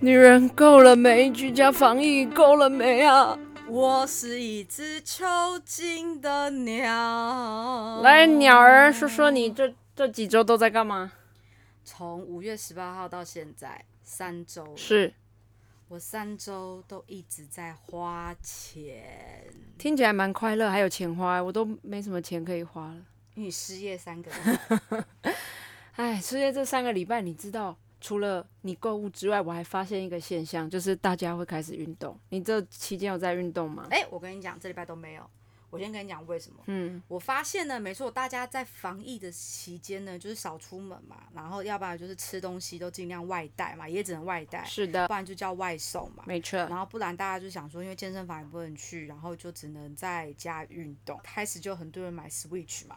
女人够了没？居家防疫够了没啊？我是一只囚禁的鸟。来，鸟儿说说你这这几周都在干嘛？从五月十八号到现在三周了，是我三周都一直在花钱，听起来蛮快乐，还有钱花，我都没什么钱可以花了。因为你失业三 个月，哎，失业这三个礼拜，你知道，除了你购物之外，我还发现一个现象，就是大家会开始运动。你这期间有在运动吗？哎、我跟你讲，这礼拜都没有。我先跟你讲为什么。嗯，我发现呢，没错，大家在防疫的期间呢，就是少出门嘛，然后要不然就是吃东西都尽量外带嘛，也只能外带，是的不，然就叫外送嘛。没错。然后不然大家就想说，因为健身房也不能去，然后就只能在家运动。开始就很多人买 Switch 嘛，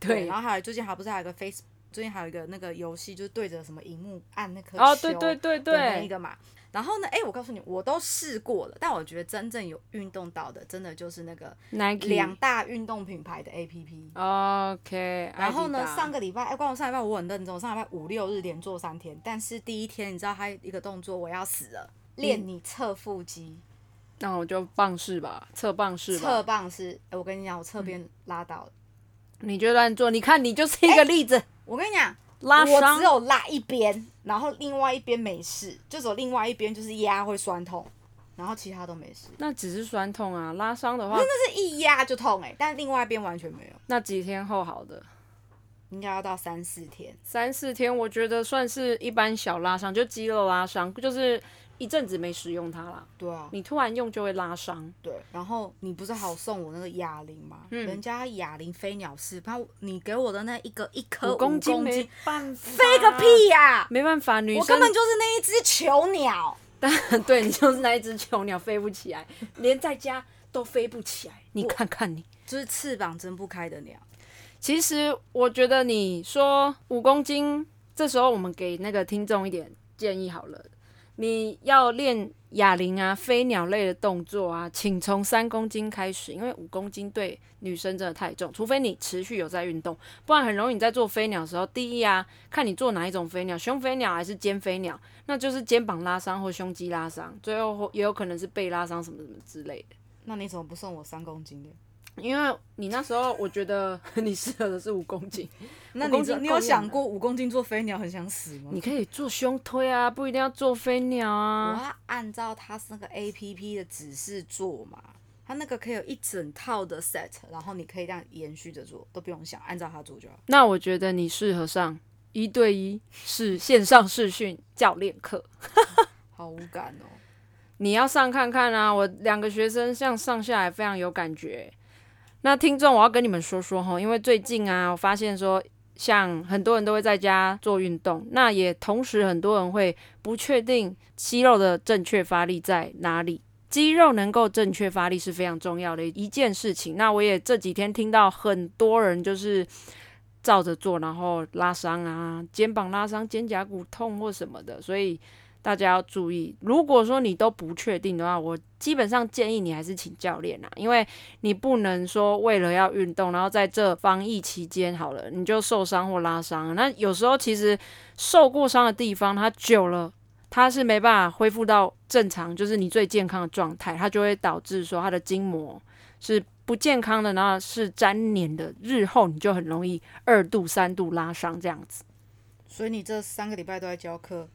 对然，后还有最近还不是还有一个 Face，最近还有一个那个游戏，就是对着什么荧幕按那颗哦， 球对对对的那一对，个嘛。然后呢，哎，我告诉你，我都试过了，但我觉得真正有运动到的，真的就是那个 Nike 两。大运动品牌的 APP。 OK，然后呢艾，迪达上个礼拜，哎，光我上礼拜我很认真，我上礼拜五六日连做三天，但是第一天你知道还有一个动作，我要死了，嗯练你侧腹肌。那我就棒式吧，侧棒式侧吧。嗯棒是，哎我跟你讲，我侧边拉到了。你就乱做，你看你就是一个例子，我跟你讲，拉我伤只。有拉一边，然后另外一边没事，就只有另外一边就是压会酸痛，然后其他都没事。那只是酸痛啊，拉伤 的话，但是一压就痛哎、但另外一边完全没有，那几天后好的，应该要到三四天。三四天，我觉得算是一般小拉伤，就肌肉拉伤，就是一阵子没使用它啦，对啊，你突然用就会拉伤。对。然后你不是还有送我那个哑铃吗？嗯人家哑铃飞鸟式，他你给我的那一个一颗呃五五公公斤没办法，飞个，屁呀、没办法，女我生根本就是那一只囚鸟。 对你就是那一只囚鸟，飞不起来，连在家都飞不起来。你看看你，就是翅膀睁不开的鸟，其实我觉得你说五公斤，这时候我们给那个听众一点建议好了。你要练哑铃啊、飞鸟类的动作啊，请从三公斤开始，因为五公斤对女生真的太重，除非你持续有在运动，不然很容易你在做飞鸟的时候，第一啊，看你做哪一种飞鸟，胸飞鸟还是肩飞鸟，那就是肩膀拉伤或胸肌拉伤，最后或也有可能是背拉伤什么什么之类的。那你怎么不送我三公斤的？因为你那时候我觉得你适合的是五公斤，五那你公斤这你够有用想了过五公斤做飞鸟很想死吗？你可以做胸推啊，不一定要做飞鸟我啊。要按照它那个 A P P 的指示做嘛，它那个可以有一整套的 set，然后你可以让延续着做，都不用想，按照它做就好。那我觉得你适合上一对一是线上视讯教练课，好无感哦，你要上看看啊。我两个学生这样上下来非常有感觉。那听众，我要跟你们说说哈，因为最近啊，我发现说，像很多人都会在家做运动，那也同时很多人会不确定肌肉的正确发力在哪里。肌肉能够正确发力是非常重要的一件事情。那我也这几天听到很多人就是照着做，然后拉伤啊，肩膀拉伤、肩胛骨痛或什么的，所以大家要注意。如果说你都不确定的话，我基本上建议你还是请教练啊，因为你不能说为了要运动，然后在这防疫期间好了，你就受伤或拉伤。那有时候其实受过伤的地方，它久了。它是没办法恢复到正常，就是你最健康的状态，它就会导致说它的筋膜是不健康的，然后是粘连的，日后你就很容易二度、三度拉伤这样子。所以你这三个礼拜都在教课，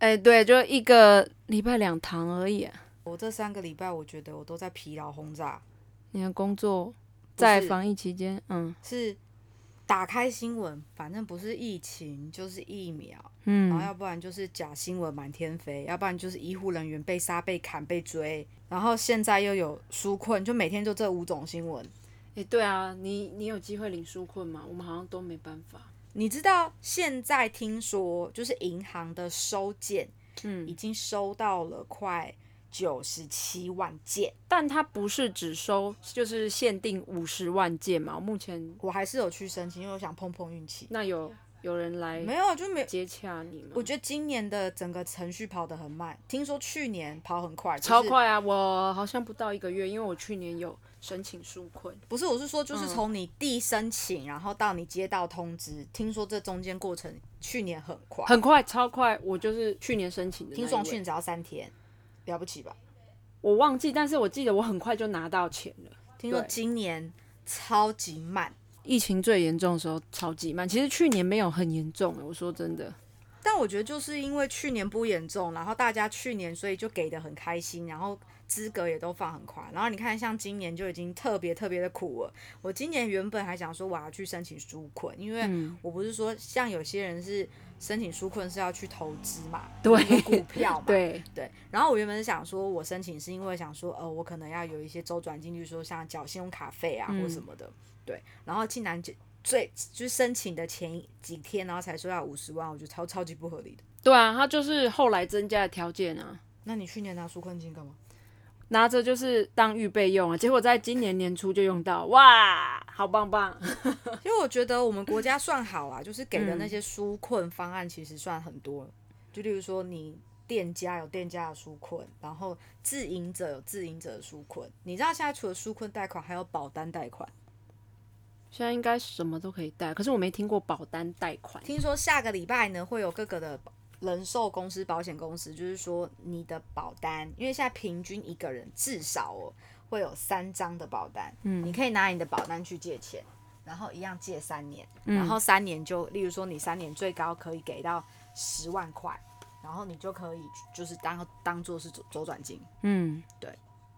哎、对，就一个礼拜两堂而已、我这三个礼拜我觉得我都在疲劳轰炸，你的工作不在是防疫期间，嗯是打开新闻，反正不是疫情就是疫苗，然后嗯，要不然就是假新闻满天飞，要不然就是医护人员被杀、被砍、被追，然后现在又有纾困，就每天就这五种新闻。哎、对啊，你你有机会领纾困吗？我们好像都没办法。你知道现在听说就是银行的收件，嗯已经收到了快九十七万件，但它不是只收，就是限定五十万件嘛。目前我还是有去申请，因为我想碰碰运气。那有有人来没有就没，接洽你吗？我觉得今年的整个程序跑得很慢，听说去年跑很快，就是超快啊！我好像不到一个月，因为我去年有申请纾困，不是，我是说，就是嗯从你递申请，然后到你接到通知，听说这中间过程去年很快，很快超快，我就是去年申请的那一听位。说去年只要三天，了不起吧？我忘记，但是我记得我很快就拿到钱了。听说对今年超级慢，疫情最严重的时候超级慢，其实去年没有很严重，我说真的。但我觉得就是因为去年不严重，然后大家去年所以就给的很开心，然后资格也都放很宽。然后你看，像今年就已经特别特别的苦了。我今年原本还想说我要去申请纾困，因为嗯我不是说像有些人是申请纾困是要去投资嘛，对就是股票 嘛，对，对，然后我原本是想说，我申请是因为想说，呃，我可能要有一些周转金，比如说像缴信用卡费啊或什么的。对，然后竟然就最就是申请的前几天，然后才说要五十万，我觉得超超级不合理的。对啊，他就是后来增加的条件啊，那你去年拿纾困金干嘛？拿着就是当预备用啊，结果在今年年初就用到，哇，好棒棒！其实我觉得我们国家算好啊，就是给的那些纾困方案其实算很多，就例如说你。店家有店家的纾困，然后自营者有自营者的纾困。你知道现在除了纾困贷款，还有保单贷款。现在应该什么都可以贷，可是我没听过保单贷款。听说下个礼拜呢，会有各个的人寿公司、保险公司，就是说你的保单，因为现在平均一个人至少哦会有三张的保单，嗯，你可以拿你的保单去借钱，然后一样借三年，然后三年就，例如说你三年最高可以给到十万块，然后你就可以就是当当做是周周转金，嗯，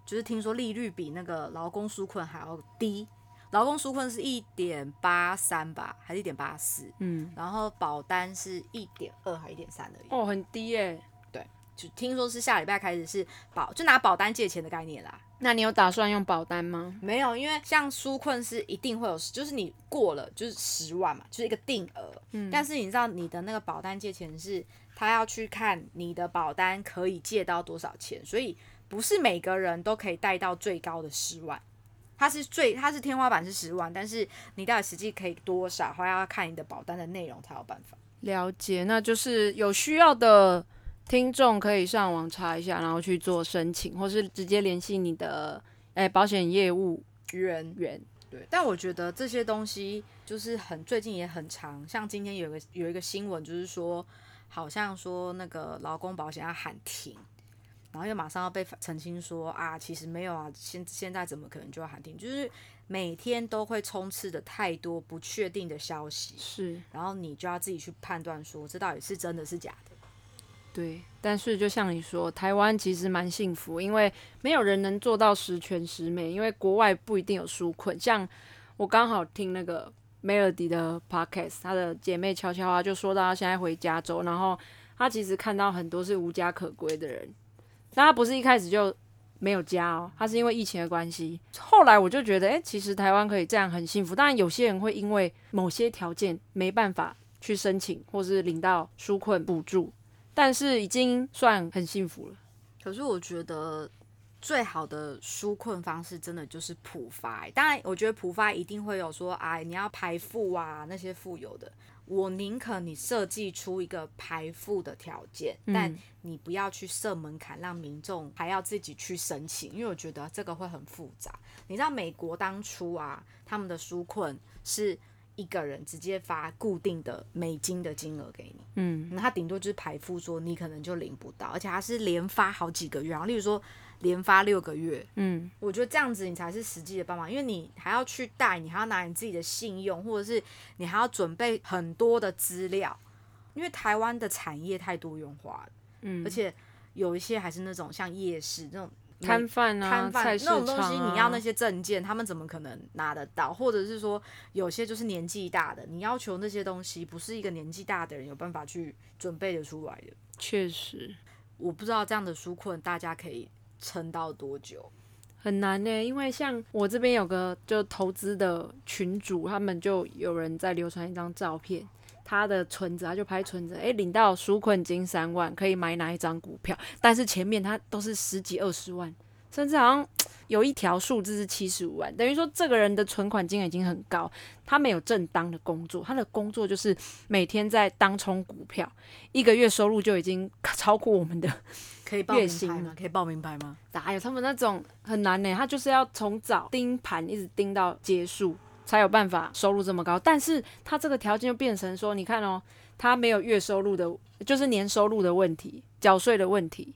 就是听说利率比那个劳工纾困还要低，劳工纾困是一点八三吧，还是一点八四？嗯，然后保单是一点二还一点三而已。哦，很低耶、就听说是下礼拜开始是保，就拿保单借钱的概念啦。那你有打算用保单吗？没有，因为像纾困是一定会有，就是你过了就是十万嘛，就是一个定额。嗯。但是你知道你的那个保单借钱是，他要去看你的保单可以借到多少钱，所以不是每个人都可以贷到最高的十万。它是最，它是天花板是十万，但是你到底实际可以多少，还要看你的保单的内容才有办法。了解，那就是有需要的听众可以上网查一下，然后去做申请，或是直接联系你的哎、保险业务人员。对，但我觉得这些东西就是很最近也很长，像今天有一个有一个新闻，就是说好像说那个劳工保险要喊停，然后又马上要被澄清说啊，其实没有啊，现现在怎么可能就要喊停？就是每天都会充斥着太多不确定的消息，是然后你就要自己去判断说这到底是真的是假的。对，但是就像你说，台湾其实蛮幸福，因为没有人能做到十全十美，因为国外不一定有纾困。像我刚好听那个梅尔迪的 podcast，她的姐妹悄悄啊就说到她现在回加州，然后她其实看到很多是无家可归的人，但她不是一开始就没有家哦，她是因为疫情的关系。后来我就觉得，诶，其实台湾可以这样很幸福。当然，有些人会因为某些条件没办法去申请或是领到纾困补助。但是已经算很幸福了。可是我觉得最好的纾困方式，真的就是普发、欸当然，我觉得普发一定会有说，哎，你要排富啊，那些富有的。我宁可你设计出一个排富的条件，但你不要去设门槛，让民众还要自己去申请，因为我觉得这个会很复杂。你知道美国当初啊，他们的纾困是一个人直接发固定的美金的金额给你，嗯，那他顶多就是排付说你可能就领不到，而且他是连发好几个月，然后例如说连发六个月，嗯，我觉得这样子你才是实际的帮忙，因为你还要去贷，你还要拿你自己的信用，或者是你还要准备很多的资料，因为台湾的产业太多元化了，嗯而且有一些还是那种像夜市那种摊贩啊，摊贩、菜市那场、啊、种东西，你要那些证件，他们怎么可能拿得到？或者是说，有些就是年纪大的，你要求那些东西，不是一个年纪大的人有办法去准备得出来的。确实我不知道这样的纾困大家可以撑到多久。很难呢、因为像我这边有个就投资的群主，他们就有人在流传一张照片。他的存折，他就拍存折，诶，领到纾困金三万，可以买哪一张股票？但是前面他都是十几二十万，甚至好像有一条数字是七十五万，等于说这个人的存款金额已经很高，他没有正当的工作，他的工作就是每天在当冲股票，一个月收入就已经超过我们的。可以报月名牌薪吗？可以报名牌吗？哪有他们那种很难呢？他就是要从早盯盘一直盯到结束，才有办法收入这么高。但是他这个条件就变成说，你看哦，他没有月收入的，就是年收入的问题，缴税的问题，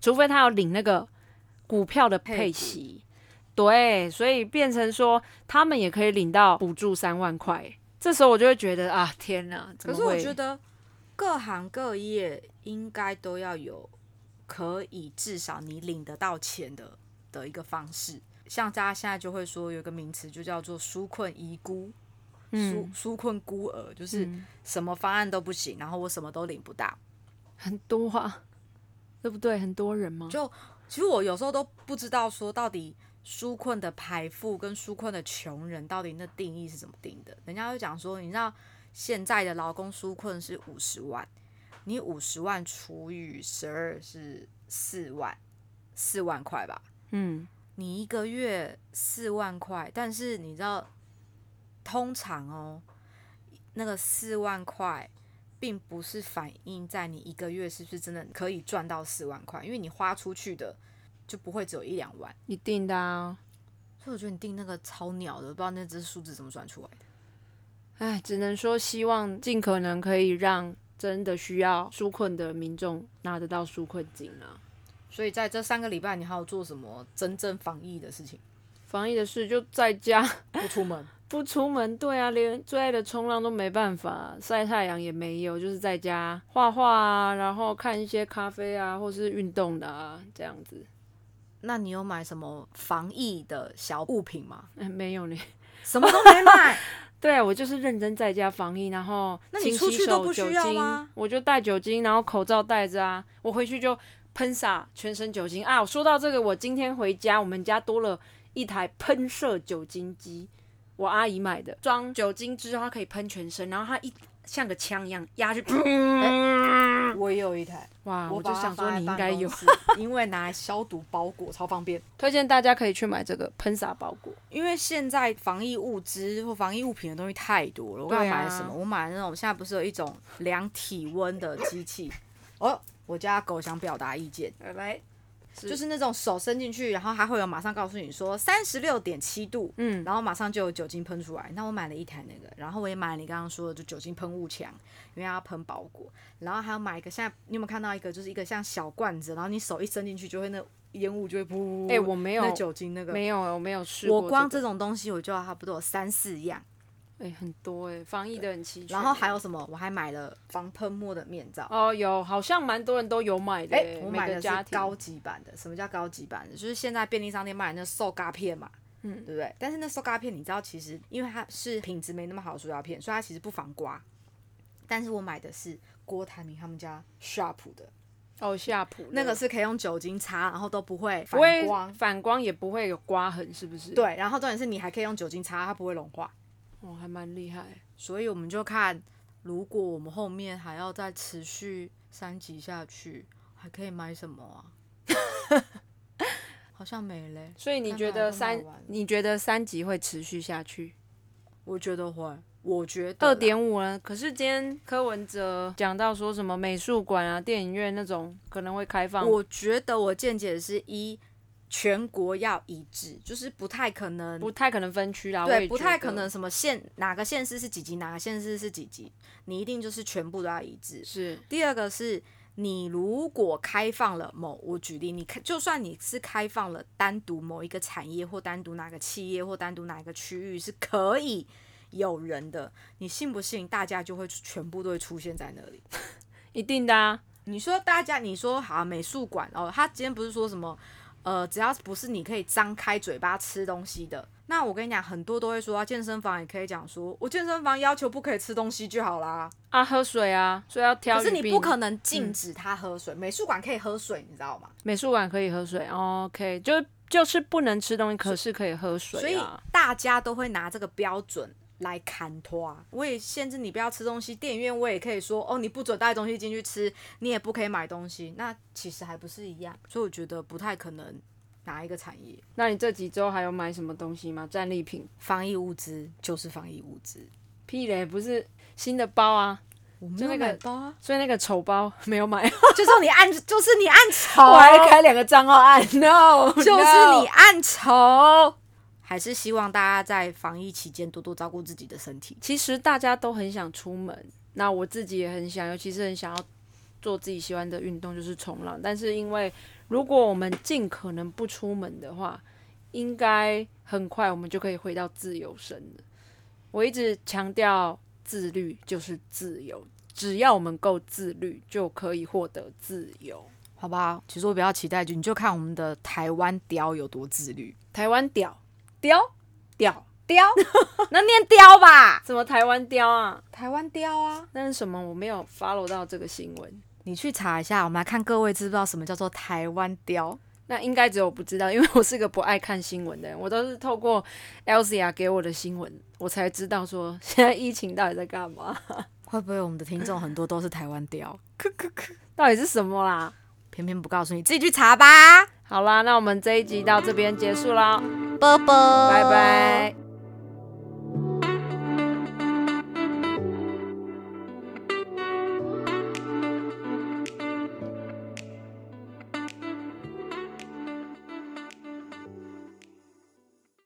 除非他要领那个股票的配息。对，所以变成说他们也可以领到补助三万块。这时候我就会觉得啊，天哪！怎可么是我会觉得各行各业应该都要有可以至少你领得到钱的的一个方式。像大家现在就会说有一个名词就叫做纾困遗孤，纾嗯纾困孤儿，就是嗯什么方案都不行，然后我什么都领不到。很多啊，对不对？很多人吗？就其实我有时候都不知道说到底纾困的排富跟纾困的穷人到底那定义是怎么定的。人家就讲说，你知道现在的劳工纾困是五十万，你五十万除以十二是四万，四万块吧？嗯，你一个月四万块，但是你知道，通常哦，那个四万块。并不是反映在你一个月是不是真的可以赚到四万块，因为你花出去的就不会只有一两万。一定的啊。所以我觉得你定那个超鸟的，不知道那只数字怎么算出来的。唉，只能说希望尽可能可以让真的需要纾困的民众拿得到纾困金啊。所以在这三个礼拜，你还有做什么真正防疫的事情？防疫的事就在家 不出 门，不出门，对啊，连最爱的冲浪都没办法，晒太阳也没有，就是在家画画啊，然后看一些咖啡啊，或是运动的啊，这样子。 那你有买什么防疫的小物品吗？嗯，没有呢。什么都没买，对啊，我就是认真在家防疫，然后那你勤出洗去都手不酒需要精吗我就带酒精，然后口罩戴着啊，我回去就喷洒全身酒精啊。我说到这个，我今天回家，我们家多了一台喷射酒精机，我阿姨买的，装酒精之后它可以喷全身，然后它一像个枪一样压去， 我也有一台，哇！啊我哎我就把它想说放在你应办该公有，室，因为拿来消毒包裹超方便。 推荐大家可以去买这个喷洒包裹，因为现在防疫物资或防疫物品的东西太多了，我刚才对啊买了什么？我买了那种现在不是有一种量体温的机器？哦，我家狗想表达意见，来，就是是那种手伸进去，然后它会有马上告诉你说三十六点七度，嗯，然后马上就有酒精喷出来。那我买了一台那个，然后我也买了你刚刚说的就酒精喷雾枪，因为它要喷包裹，然后还要买一个现在你有没有看到一个就是一个像小罐子，然后你手一伸进去就会那烟雾就会噗，哎、我没有那酒精那个没有我没有试过、我光这这个种东西我就要差不多有三四样，哎、很多哎、防疫的很齐全，然后还有什么？我还买了防喷墨的面罩。哦，有，好像蛮多人都有买的哎、耶，我每买个的是家庭高级版的。什么叫高级版的？就是现在便利商店卖的那瘦嘎片嘛，嗯，对不对？但是那瘦嘎片，你知道，其实因为它是品质没那么好的塑胶片，所以它其实不防刮。但是我买的是郭台铭他们家 Sharp 的，哦，夏普的那个是可以用酒精擦，然后都不会不反会光。反光也不会有刮痕，是不是？，对，然后重点是你还可以用酒精擦，它不会融化。哦，还蛮厉害。所以我们就看，如果我们后面还要再持续三级下去，还可以买什么啊？ 好像没嘞，所以你看觉起来得都三蛮好玩，你觉得三级会持续下去？我觉得会，我觉得啦二点五呢？可是今天柯文哲讲到说什么美术馆啊、电影院那种可能会开放，我觉得我见解是一，全国要一致，就是不太可能，不太可能分区啦。我对，也不觉太得可能什么县哪个县市是几级，哪个县市是几级，你一定就是全部都要一致。是第二个是你如果开放了某，我举例，你开就算你是开放了单独某一个产业或单独哪个企业或单独哪个区域是可以有人的，你信不信大家就会全部都会出现在那里？一定的啊。你说大家，你说好、美术馆哦，他今天不是说什么？呃，只要不是你可以张开嘴巴吃东西的，那我跟你讲，很多都会说、啊、健身房也可以讲说，我健身房要求不可以吃东西就好啦。啊，喝水啊，所以要嗯挑。可是你不可能禁止他喝水，美术馆可以喝水，你知道吗？美术馆可以喝水哦，OK，就就是不能吃东西，可是可以喝所水以啊。大家都会拿这个标准来砍拖。啊我也限制你不要吃东西，电影院我也可以说哦，你不准带东西进去吃，你也不可以买东西。那其实还不是一样，所以我觉得不太可能哪一个产业？那你这几周还有买什么东西吗？战利品？防疫物资就是防疫物资，屁嘞，不是新的包啊，我没就那有个买包啊，所以那个丑包没有买， 就说你按，就是你 按仇， 我还开两个账号按 no，啊就是你按仇。还是希望大家在防疫期间多多照顾自己的身体。其实大家都很想出门，那我自己也很想，尤其是很想要做自己喜欢的运动，就是冲浪。但是因为如果我们尽可能不出门的话，应该很快我们就可以回到自由身了。我一直强调自律就是自由，只要我们够自律，就可以获得自由。好不好？其实我比较期待，就你就看我们的台湾雕有多自律，台湾屌雕屌， 雕，能念雕吧？什么台湾雕啊？台湾雕啊，那是什么？我没有 follow 到这个新闻。你去查一下，我们来看各位知不知道什么叫做台湾雕？那应该只有我不知道，因为我是个不爱看新闻的人，我都是透过 Elsia 给我的新闻，我才知道说现在疫情到底在干嘛，会不会我们的听众很多都是台湾雕？到底是什么啦。偏偏不告诉你，自己去查吧。好啦，那我们这一集到这边结束啦，啵啵，拜拜。